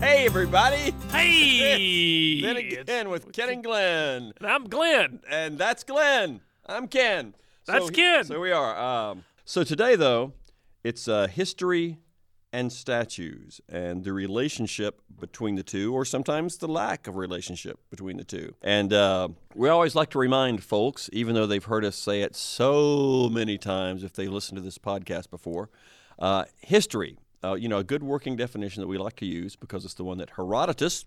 Hey, everybody. Hey! Then again with Ken and Glenn. I'm Glenn. And that's Glenn. I'm Ken. So That's he- Ken. So we are. Um, so today, though, it's uh, history and statues and the relationship between the two, or sometimes the lack of relationship between the two. And uh, we always like to remind folks, even though they've heard us say it so many times if they listened to this podcast before, uh, history. Uh, you know, a good working definition that we like to use because it's the one that Herodotus.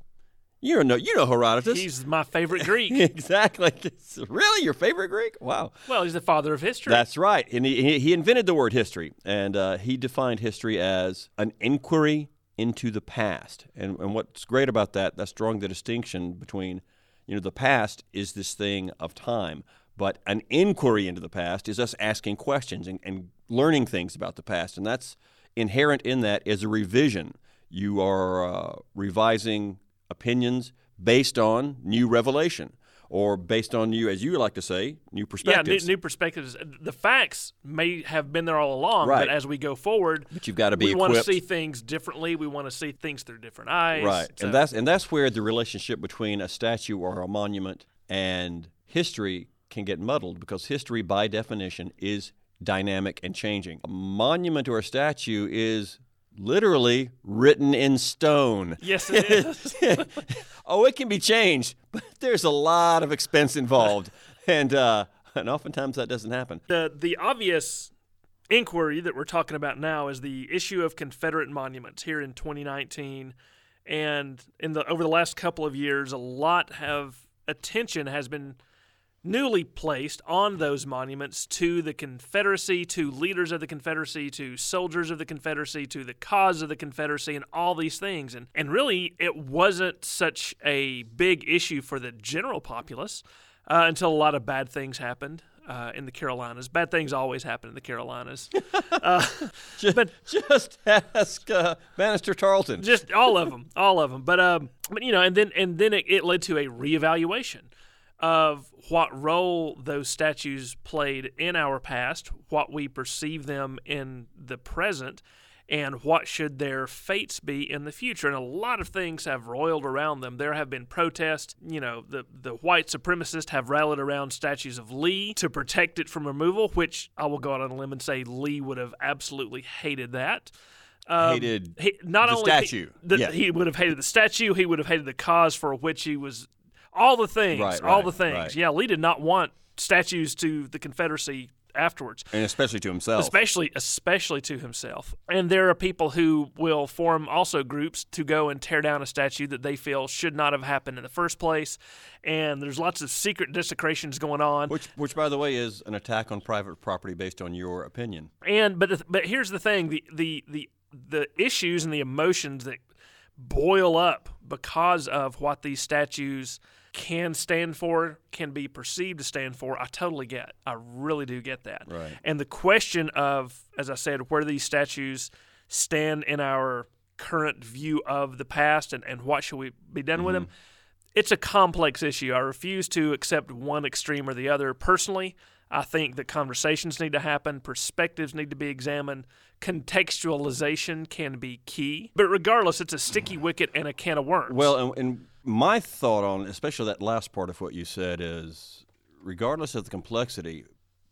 You know, you know Herodotus. He's my favorite Greek. exactly. It's really your favorite Greek? Wow. well, he's the father of history. That's right. And he, he- he invented the word history, and uh, he defined history as an inquiry into the past. And, and what's great about that, that's drawing the distinction between, you know, the past is this thing of time, but an inquiry into the past is us asking questions and, and learning things about the past. And that's inherent in that is a revision. You are uh, revising opinions based on new revelation. Or based on new, as you like to say, new yeah, perspectives. new, new perspectives. The facts may have been there all along, Right. but as we go forward, But you've got to be we equipped. want to see things differently. We want to see things through different eyes. right. So- And that's and that's where the relationship between a statue or a monument and history can get muddled because history by definition is dynamic and changing. A monument or a statue is literally written in stone. yes, it is. oh, it can be changed, but there's a lot of expense involved. and uh and oftentimes that doesn't happen. the the obvious inquiry that we're talking about now is the issue of Confederate monuments here in 2019, and in the over the last couple of years, a lot have attention has been newly placed on those monuments to the Confederacy, to leaders of the Confederacy, to soldiers of the Confederacy, to the cause of the Confederacy, and all these things. And and really, it wasn't such a big issue for the general populace uh, until a lot of bad things happened. Uh, in the Carolinas, bad things always happen in the Carolinas. Just, But- just ask uh, Bannister Tarleton. just all of them, all of them. But um, but you know, and then and then it, it led to a reevaluation of what role those statues played in our past, what we perceive them in the present, and what should their fates be in the future. And a lot of things have roiled around them. There have been protests. You know, the the white supremacists have rallied around statues of Lee to protect it from removal, which I will go out on a limb and say Lee would have absolutely hated that. Um, Hated he, not the only statue. He, the- Yeah. he would have hated the statue. He would have hated the cause for which he was. All the things. Right, all right, the things. right. Yeah, Lee did not want statues to the Confederacy afterwards and especially to himself. especially especially to himself. And there are people who will form also groups to go and tear down a statue that they feel should not have happened in the first place. And there's lots of secret desecrations going on. Which, which, by the way, is an attack on private property based on your opinion. And but the, but here's the thing: the the the the issues and the emotions that boil up because of what these statues can stand for, can be perceived to stand for. I totally get. I really do get that. Right. And the question of, as I said, where these statues stand in our current view of the past, and and what should we be done with them? it's a complex issue. I refuse to accept one extreme or the other. Personally, I think that conversations need to happen, perspectives need to be examined, contextualization can be key. But regardless, it's a sticky wicket and a can of worms. Well, and, and my thought on, especially that last part of what you said, is regardless of the complexity,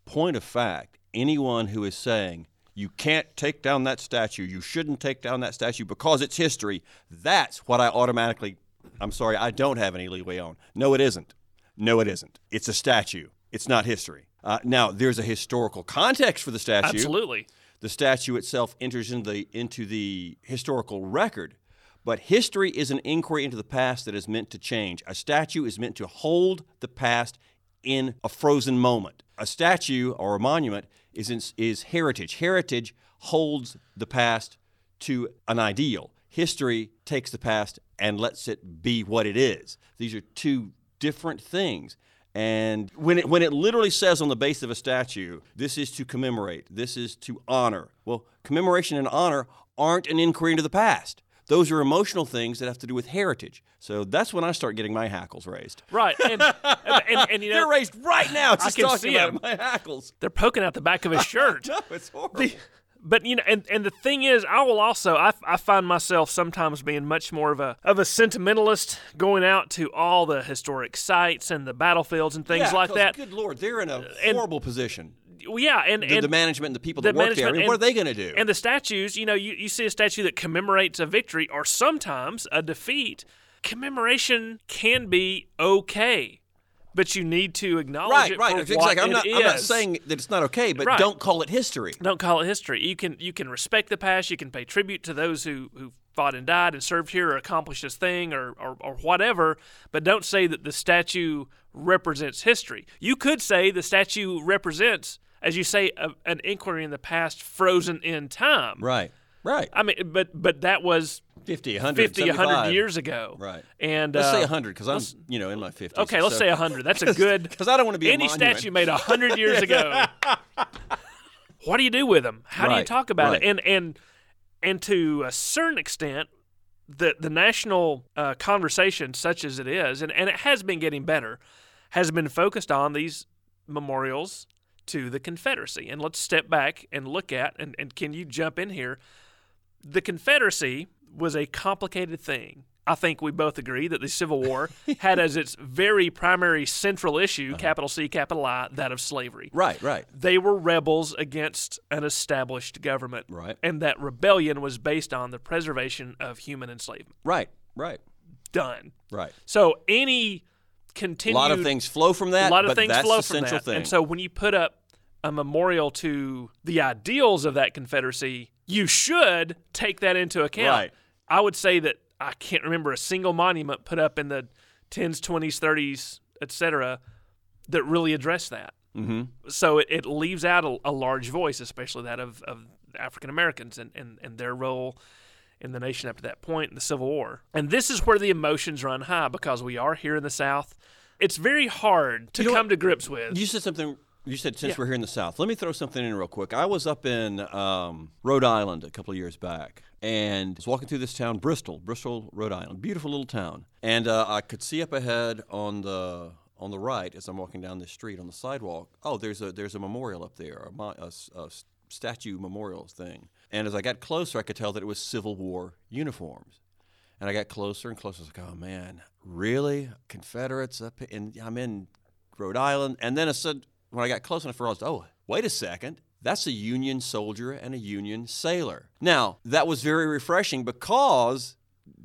point of fact, anyone who is saying you can't take down that statue, you shouldn't take down that statue because it's history, that's what I automatically, I'm sorry, I don't have any leeway on. No, it isn't. No, it isn't. It's a statue, it's not history. Uh, now, there's a historical context for the statue. absolutely. the statue itself enters into the, into the historical record. But history is an inquiry into the past that is meant to change. A statue is meant to hold the past in a frozen moment. A statue or a monument is, in, is heritage. Heritage holds the past to an ideal. History takes the past and lets it be what it is. These are two different things. And when it when it literally says on the base of a statue, this is to commemorate, this is to honor. Well, commemoration and honor aren't an inquiry into the past. Those are emotional things that have to do with heritage. So that's when I start getting my hackles raised. Right. And, and, and, and, you know, They're raised right now. Just can talking see about 'em. my hackles. they're poking out the back of his shirt. No, it's horrible. but you know, and, and the thing is, I will also I, I find myself sometimes being much more of a of a sentimentalist, going out to all the historic sites and the battlefields and things Yeah, like 'cause that. Good lord, they're in a and- horrible position. Well, yeah, and The, and the management and the people the that work there. I management mean, what are and- they going to do? and the statues, you know, you, you see a statue that commemorates a victory or sometimes a defeat. Commemoration can be okay, but you need to acknowledge right, it right. for Exactly. what I'm it not. I'm not is. saying that it's not okay, but Right. don't call it history. Don't call it history. You can you can respect the past. You can pay tribute to those who who fought and died and served here or accomplished this thing or or, or whatever. But don't say that the statue represents history. You could say the statue represents, as you say, a, an inquiry in the past, frozen in time. Right, right. I mean, but but that was 50, 100, 50, 100 75. years ago. Right. And Let's uh, say 100 because I'm, you know, in my 50s. Okay, let's say 100. That's a good. 'cause I don't wanna be a any monument. statue made 100 years ago. what do you do with them? How do you Right, talk about right. it? And and and to a certain extent, the the national uh, conversation, such as it is, and and it has been getting better, has been focused on these memorials to the Confederacy. And let's step back and look at and, and can you jump in here? the Confederacy was a complicated thing. I think we both agree that the Civil War had as its very primary central issue, capital C, capital I, that of slavery. Uh-huh. Right, right. They were rebels against an established government. Right. And that rebellion was based on the preservation of human enslavement. Right, right, Done. right. So any A continued lot of things flow from that. a lot of but things that's flow the from central that. thing. And so when you put up a memorial to the ideals of that Confederacy, you should take that into account. Right. I would say that I can't remember a single monument put up in the 10s, 20s, 30s, etc., that really addressed that. Mm-hmm. So it, it leaves out a, a large voice, especially that of, of African Americans and, and, and their role in the nation up to that point in the Civil War. And this is where the emotions run high because we are here in the South. It's very hard to know come to grips with. you said something. You said since we're here in the South, let me throw something in real quick. I was up in um, Rhode Island a couple of years back and was walking through this town, Bristol, Bristol, Rhode Island, beautiful little town. And uh, I could see up ahead on the on the right as I'm walking down the street on the sidewalk. Oh, there's a there's a memorial up there, a, mo- a s- a s- statue memorial thing. And as I got closer, I could tell that it was Civil War uniforms. And I got closer and closer. I was like, oh man, really? Confederates up in, I'm in Rhode Island. And then I said, when I got close enough, I realized, oh, wait a second. That's a Union soldier and a Union sailor. Now, that was very refreshing because,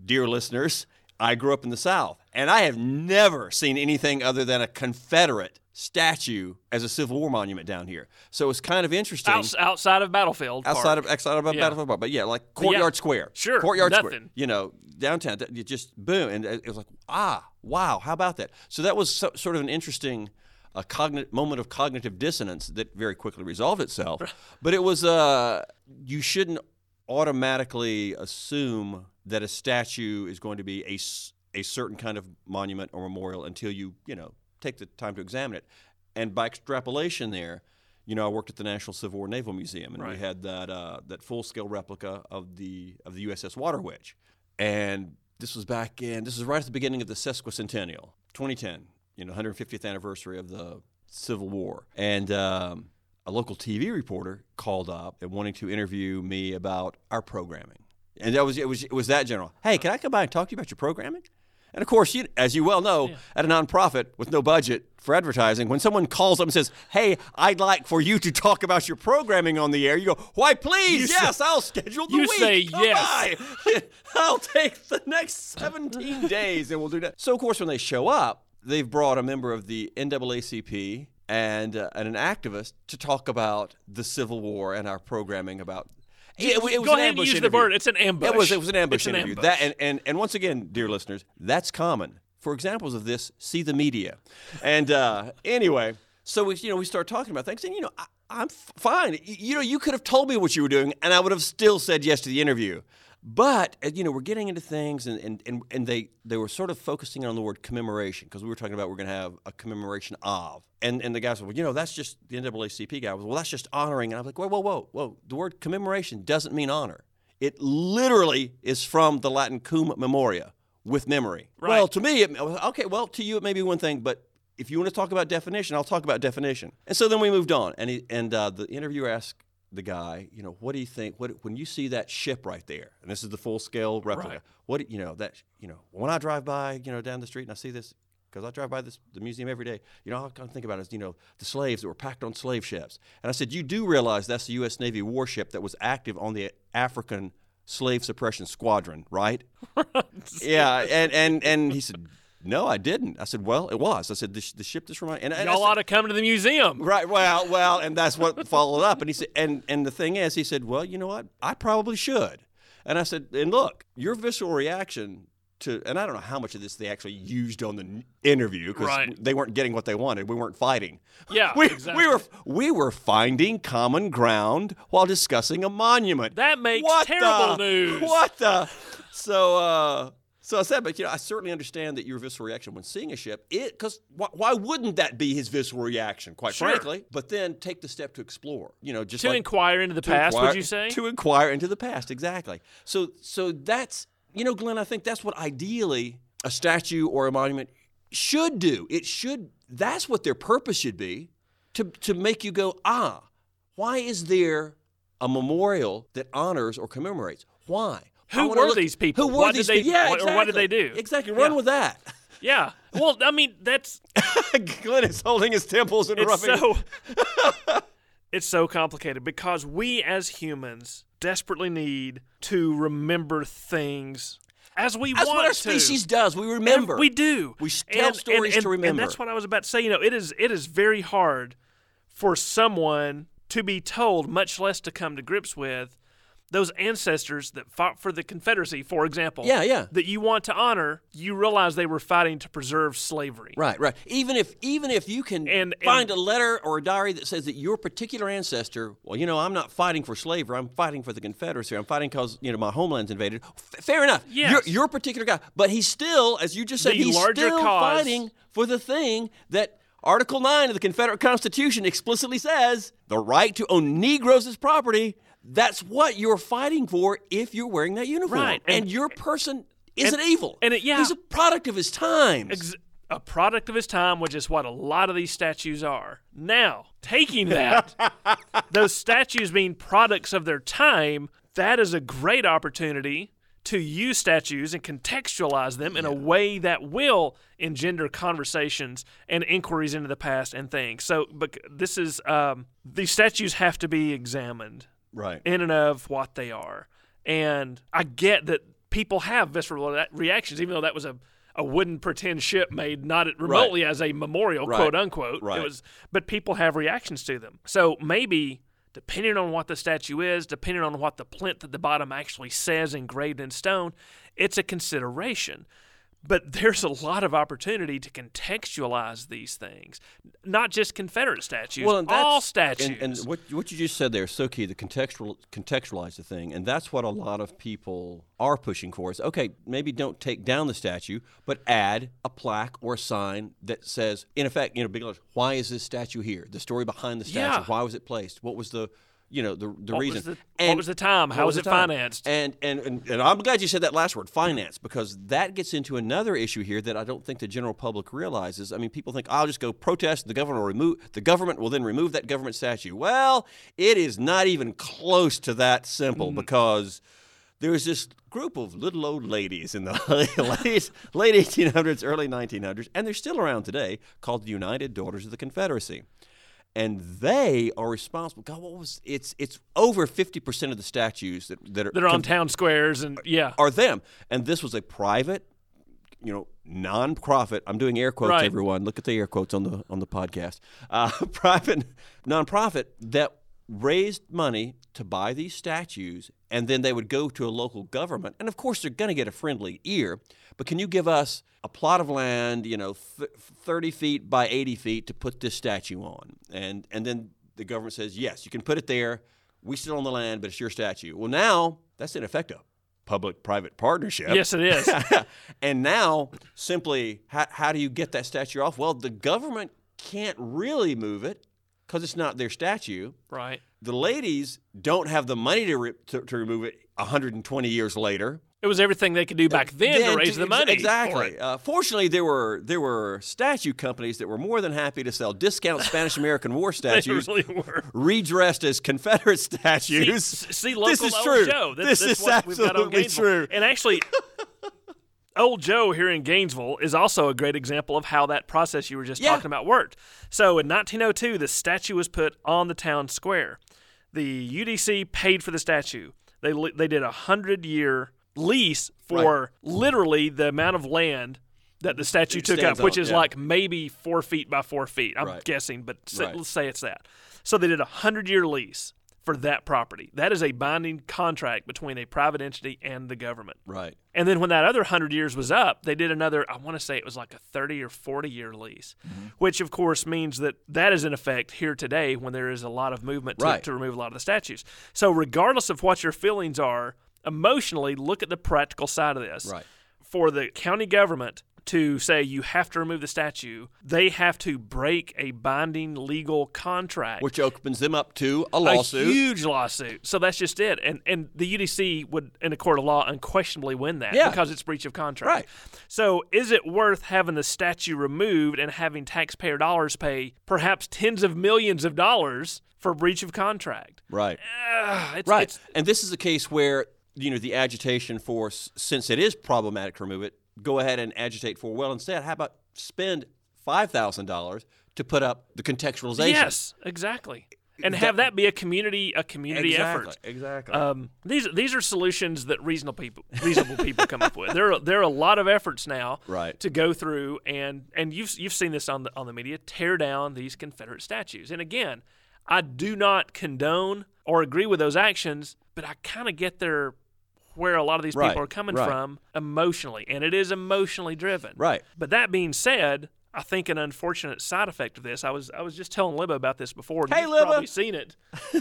dear listeners, I grew up in the South and I have never seen anything other than a Confederate statue as a Civil War monument down here. So it's kind of interesting. Outs- outside of battlefield. Park. Outside of outside of Yeah. Battlefield Park, but yeah, like Courtyard Square, Sure, Courtyard Square, nothing. you know, downtown. that- You just boom, and it was like, ah, wow, how about that? So that was so, sort of an interesting uh, cogni- moment of cognitive dissonance that very quickly resolved itself. but it was uh, you shouldn't automatically assume that a statue is going to be a s- a certain kind of monument or memorial until you you know take the time to examine it, and by extrapolation there. You know, I worked at the National Civil War Naval Museum, and we Right. had that uh, that full scale replica of the of the USS Water Witch, and this was back in this was right at the beginning of the sesquicentennial, 2010, you know, 150th anniversary of the Civil War, and um, a local TV reporter called up and wanting to interview me about our programming, and that was it was it was that general. Hey, can I come by and talk to you about your programming? And of course, you, as you well know, at a nonprofit with no budget for advertising, when someone calls up and says, "Hey, I'd like for you to talk about your programming on the air," you go, "Why, please, yes, I'll schedule the you week. say Come yes. by. I'll take the next 17 days, and we'll do that." So, of course, when they show up, they've brought a member of the NAACP and, uh, and an activist to talk about the Civil War and our programming about. It, it was Go an ahead and ambush use the interview. word. It's an ambush. It was it was an ambush It's an interview. ambush. That and, and and once again, dear listeners, that's common. For examples of this, see the media. And uh, anyway, so we you know we start talking about things, and you know I, I'm f- fine. Y- You know you could have told me what you were doing, and I would have still said yes to the interview. But uh, you know we're getting into things, and and and, and they they were sort of focusing on the word commemoration because we were talking about we're going to have a commemoration of, and and the guy said, well, you know that's just the NAACP guy was well that's just honoring, and I was like, whoa whoa whoa whoa, the word commemoration doesn't mean honor. It literally is from the Latin cum memoria, with memory. Well, to me, it, okay, well, to you, it may be one thing, but if you want to talk about definition, I'll talk about definition. And so then we moved on, and, he, and uh, the interviewer asked the guy, you know, what do you think? What when you see that ship right there, and this is the full scale replica. Right. What you know that you know when I drive by, you know, down the street and I see this because I drive by this the museum every day. You know, all I kind of think about is you know the slaves that were packed on slave ships, and I said, you do realize that's the U.S. Navy warship that was active on the African slave suppression squadron, right? yeah, and and and he said. No, I didn't. I said, "Well, it was." I said, "The, sh- the ship this reminded." And, and I Y'all said- ought to come to the museum. Right. Well, well, and that's what followed up. And he said, and and the thing is, he said, well, you know what? I probably should. And I said, and look, your visceral reaction to, and I don't know how much of this they actually used on the n- interview because Right. they weren't getting what they wanted. We weren't fighting. Yeah, we, exactly. we were we were finding common ground while discussing a monument. That makes What terrible the- news. What the? So, uh, so I said, but you know, I certainly understand that your visceral reaction when seeing a ship, it because why, why wouldn't that be his visceral reaction? Quite Sure. frankly. But then take the step to explore. You know, just To like, inquire into the to past, inquire- would you say? to inquire into the past? Exactly. So, so that's you know, Glenn. I think that's what ideally a statue or a monument should do. It should. That's what their purpose should be, to to make you go, ah, why is there a memorial that honors or commemorates? Why? I Who wanna were these people? Who were What did these they- people? Yeah, what- exactly. or what did they do? Exactly. Run Yeah. with that. yeah. Well, I mean, that's Glenn is holding his temples and it's rubbing. so it's so complicated because we as humans desperately need to remember things as we that's want what our to. species does. We remember. We do. We s- tell stories to remember. And that's what I was about to say. You know, it is it is very hard for someone to be told, much less to come to grips with those ancestors that fought for the Confederacy, for example. Yeah, yeah. That you want to honor, you realize they were fighting to preserve slavery. Right, right. Even if even if you can And- find and- a letter or a diary that says that your particular ancestor, well, you know, I'm not fighting for slavery. I'm fighting for the Confederacy. I'm fighting because you know my homeland's invaded. F- fair enough. Yes. Your, your particular guy, but he's still, as you just said, The he's larger still cause. fighting for the thing that. Article 9 of the Confederate Constitution explicitly says the right to own Negroes as property. That's what you're fighting for if you're wearing that uniform. Right, And, and- your person isn't evil. and it- yeah. He's a product of his time. Ex- a product of his time, which is what a lot of these statues are. Now, taking that, those statues being products of their time, that is a great opportunity to use statues and contextualize them in a way that will engender conversations and inquiries into the past and things. So, but this is um, these statues have to be examined Right. in and of what they are. And I get that people have visceral re- reactions, even though that was a, a wooden pretend ship made not remotely as a memorial, Right. quote unquote. Right. It was, but people have reactions to them. So maybe depending on what the statue is, depending on what the plinth at the bottom actually says engraved in stone, it's a consideration. But there's a lot of opportunity to contextualize these things, not just Confederate statues, Well, and that's, all statues. And, and what what you just said there is so key. The contextual contextualize the thing, and that's what a lot of people are pushing for. Is okay, maybe don't take down the statue, but add a plaque or a sign that says, in effect, you know, big letters, why is this statue here? The story behind the statue. Yeah. Why was it placed? What was the you know the, the What reason was the- what was the time? How what was the it financed? and, and and and I'm glad you said that last word, finance, because that gets into another issue here that I don't think the general public realizes. I mean, people think I'll just go protest, the government will remove the government will then remove that government statue. Well, it is not even close to that Mm. simple because there's this group of little old ladies in the late, late 1800s, early 1900s, and they're still around today called the United Daughters of the Confederacy and they are responsible. God, what was it's it's over fifty percent of the statues that that are, that are on town squares and yeah. are them. And this was a private, you know, nonprofit. I'm doing air quotes, Right. everyone. Look at the air quotes on the on the podcast. Uh, private nonprofit that raised money to buy these statues, and then they would go to a local government, and of course they're going to get a friendly ear. But can you give us a plot of land, you know, th- thirty feet by eighty feet to put this statue on? And and then the government says yes, you can put it there. We still own the land, but it's your statue. Well, now that's in effect a public-private partnership. Yes, it is. and now, simply, how, how do you get that statue off? Well, the government can't really move it because it's not their statue. right. The ladies don't have the money to, re- to, to remove it 120 years later. It was everything they could do back then Yeah, to raise d- the ex- money. for Exactly. it. Uh, fortunately, there were there were statue companies that were more than happy to sell discount Spanish American War They statues really were. redressed as Confederate See, statues. s- see local this is old true. Joe. That- This, that's is what we've got on absolutely Gainesville. true. And actually, Old Joe here in Gainesville is also a great example of how that process you were just Yeah. talking about worked. So in 1902, the statue was put on the town square. The UDC paid for the statue. They li- they did a hundred year lease for literally the amount of land that the statue It took up, stands which on, is yeah. like maybe four feet by four feet. I'm Right. guessing, but say, Right. let's say it's that. So they did a hundred year lease for that property. That is a binding contract between a private entity and the government. Right. And then when that other 100 years was up, they did another, I want to say it was like a 30 or 40 year lease, Mm-hmm. which of course means that that is in effect here today when there is a lot of movement to, Right. to remove a lot of the statues. So, regardless of what your feelings are emotionally, look at the practical side of this. Right. For the county government to say you have to remove the statue, they have to break a binding legal contract Which opens them up to a a lawsuit. huge lawsuit. So that's just it, and and the UDC would, in a court of law, unquestionably win that Yeah. because it's breach of contract. Right. So is it worth having the statue removed and having taxpayer dollars pay perhaps tens of millions of dollars for breach of contract? right. Ugh, it's, Right. Uh, It's, and this is a case where you know the agitation for s- since it is problematic to remove it, go ahead and agitate for well instead. How about spend five thousand dollars to put up the contextualization? yes, exactly. And have that be a community a community Exactly. effort. Exactly. Um, these these are solutions that reasonable people reasonable people come up with. There are, there are a lot of efforts now Right. to go through and and you've you've seen this on the on the media tear down these Confederate statues. And again, I do not condone or agree with those actions, but I kind of get their where a lot of these Right, people are coming right. from emotionally, and it is emotionally driven. Right. But that being said, I think an unfortunate side effect of this. I was I was just telling Libba about this before. and Hey, you've Libba. probably seen it.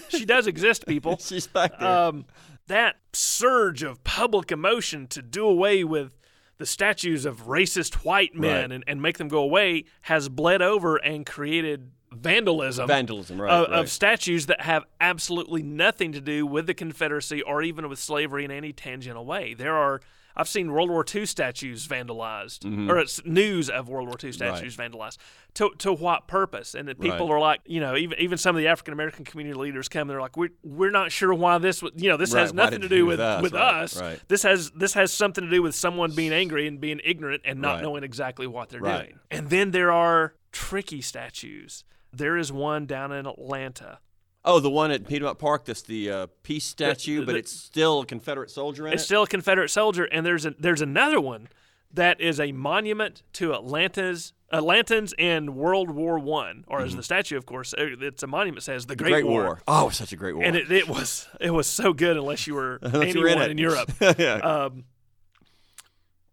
She does exist, people She's back there. um, that surge of public emotion to do away with the statues of racist white men Right. and, and make them go away has bled over and created vandalism, Vandalism, right, of, right. of statues that have absolutely nothing to do with the Confederacy or even with slavery in any tangential way. There are I've seen World War II statues vandalized, Mm-hmm. or it's news of World War II statues vandalized. To, to what purpose? And that people Right. are like, you know, even even some of the African American community leaders come, they're like, we're we're not sure why this, was, you know, this Right, has why nothing did to it do with us, with right, us. right. This has this has something to do with someone being angry and being ignorant and not Right. knowing exactly what they're Right. doing. And then there are tricky statues. There is one down in Atlanta. oh, the one at Piedmont Park. That's the uh, peace statue, the- but the- it's still a Confederate soldier in It's it. still a Confederate soldier, and there's a, there's another one that is a monument to Atlanta's Atlantans in World War One, or as the statue, of course, uh, it's a monument says the Great, Mm-hmm. Great War. Oh, it was such a great war. and it, it was it was so good unless you were Unless you were anyone in, it. Europe. yeah. Um,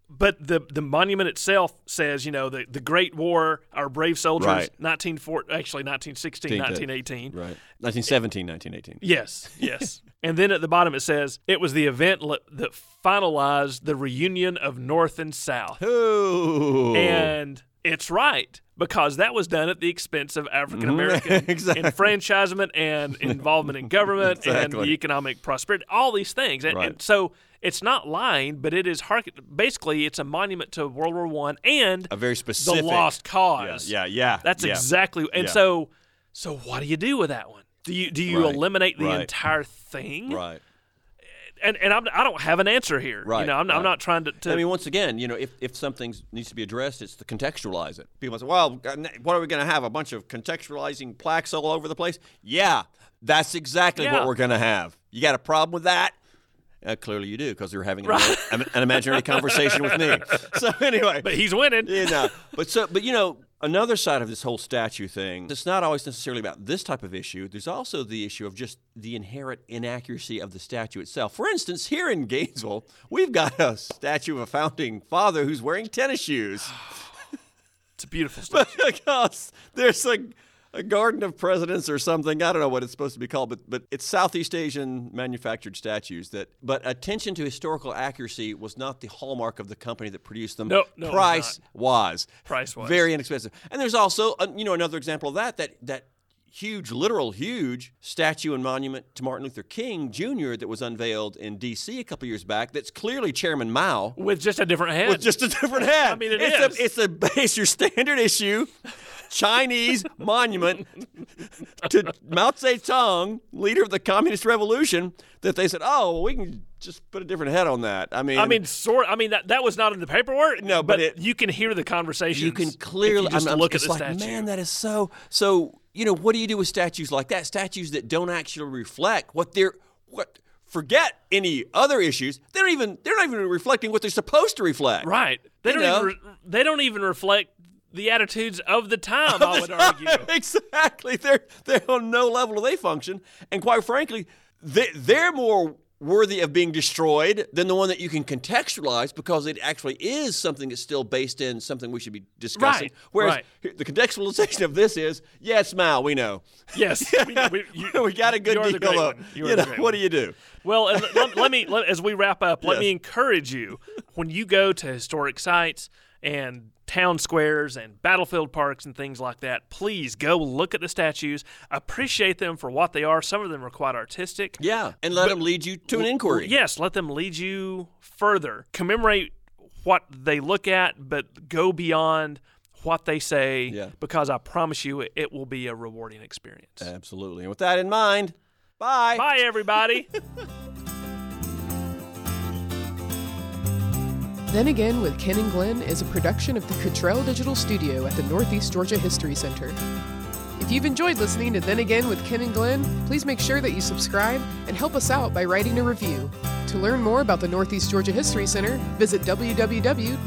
but the the monument itself says, you know, the, the Great War, our brave soldiers, Right. 1904, actually 1916, 1918. right. 1917, 1918. Yes, yes. and then at the bottom it says, it was the event li- that finalized the reunion of North and South. Ooh. And it's right because that was done at the expense of African American Exactly. enfranchisement and involvement in government and Exactly. the economic prosperity, all these things. And, Right. and so it's not lying, but it is har- basically it's a monument to World War One and a very the specific. lost Yeah, cause. yeah, yeah. that's yeah. exactly. And Yeah. so, so what do you do with that one? Do you do you Right. eliminate the Right. entire thing? right. And and I'm, I don't have an answer here. You Right. know, I'm, I'm Right. not trying to. to I mean, once again, you know, if, if something needs to be addressed, it's to contextualize it. People say, well, uh, what are we going to have? A bunch of contextualizing plaques all over the place? Yeah, that's exactly Yeah. what we're going to have. You got a problem with that? Uh, clearly you do, because you're having an, an, imaginary conversation with me. So anyway, but he's winning. you know, but so, but you know, another side of this whole statue thing, it's not always necessarily about this type of issue. There's also the issue of just the inherent inaccuracy of the statue itself. For instance, here in Gainesville, we've got a statue of a founding father who's wearing tennis shoes It's a beautiful story. because there's a, a garden of presidents or something. I don't know what it's supposed to be called, but but it's Southeast Asian manufactured statues that. But attention to historical accuracy was not the hallmark of the company that produced them. No, no, it was price was Price was. very inexpensive. And there's also uh, you know another example of that that that huge, literal huge statue and monument to Martin Luther King Jr. that was unveiled in D.C. a couple years back. That's clearly Chairman Mao with just a different head. with just a different hat. I mean, it it's is. A, it's a it's your standard issue Chinese monument to Mao Zedong, leader of the Communist Revolution. That they said, oh, well, we can just put a different head on that. I mean, I mean, sort. I mean, that, that was not in the paperwork. No, but it- you can hear the conversation. you can clearly you just I'm- I'm- look at it's the like, statue. Man, that is so so. You know, what do you do with statues like that? Statues that don't actually reflect what they're what. Forget any other issues. They don't even they're not even reflecting what they're supposed to reflect. Right. They You don't know? even re- they don't even reflect the attitudes of the time, I would argue. exactly. They're they're on no level do they function, and quite frankly, they, they're more worthy of being destroyed than the one that you can contextualize because it actually is something that's still based in something we should be discussing. Right, Whereas right. here- the contextualization of this is, yeah, it's Mao. We know. Yes. We, we- you- we got a good you are the deal great up. one. You You, are the know, great what do you do? Well, and let, let me let, as we wrap up, let Yes. me encourage you when you go to historic sites and town squares and battlefield parks and things like that. Please go look at the statues, appreciate them for what they are. Some of them are quite artistic. Yeah, and let them lead you to an inquiry. Yes, let them lead you further. Commemorate what they look at, but go beyond what they say Yeah. because I promise you it, it will be a rewarding experience. Uh, Absolutely. And with that in mind, bye. Bye, everybody. Then Again with Ken and Glenn is a production of the Cottrell Digital Studio at the Northeast Georgia History Center. If you've enjoyed listening to Then Again with Ken and Glenn, please make sure that you subscribe and help us out by writing a review. To learn more about the Northeast Georgia E History Center, visit www.negahc.org.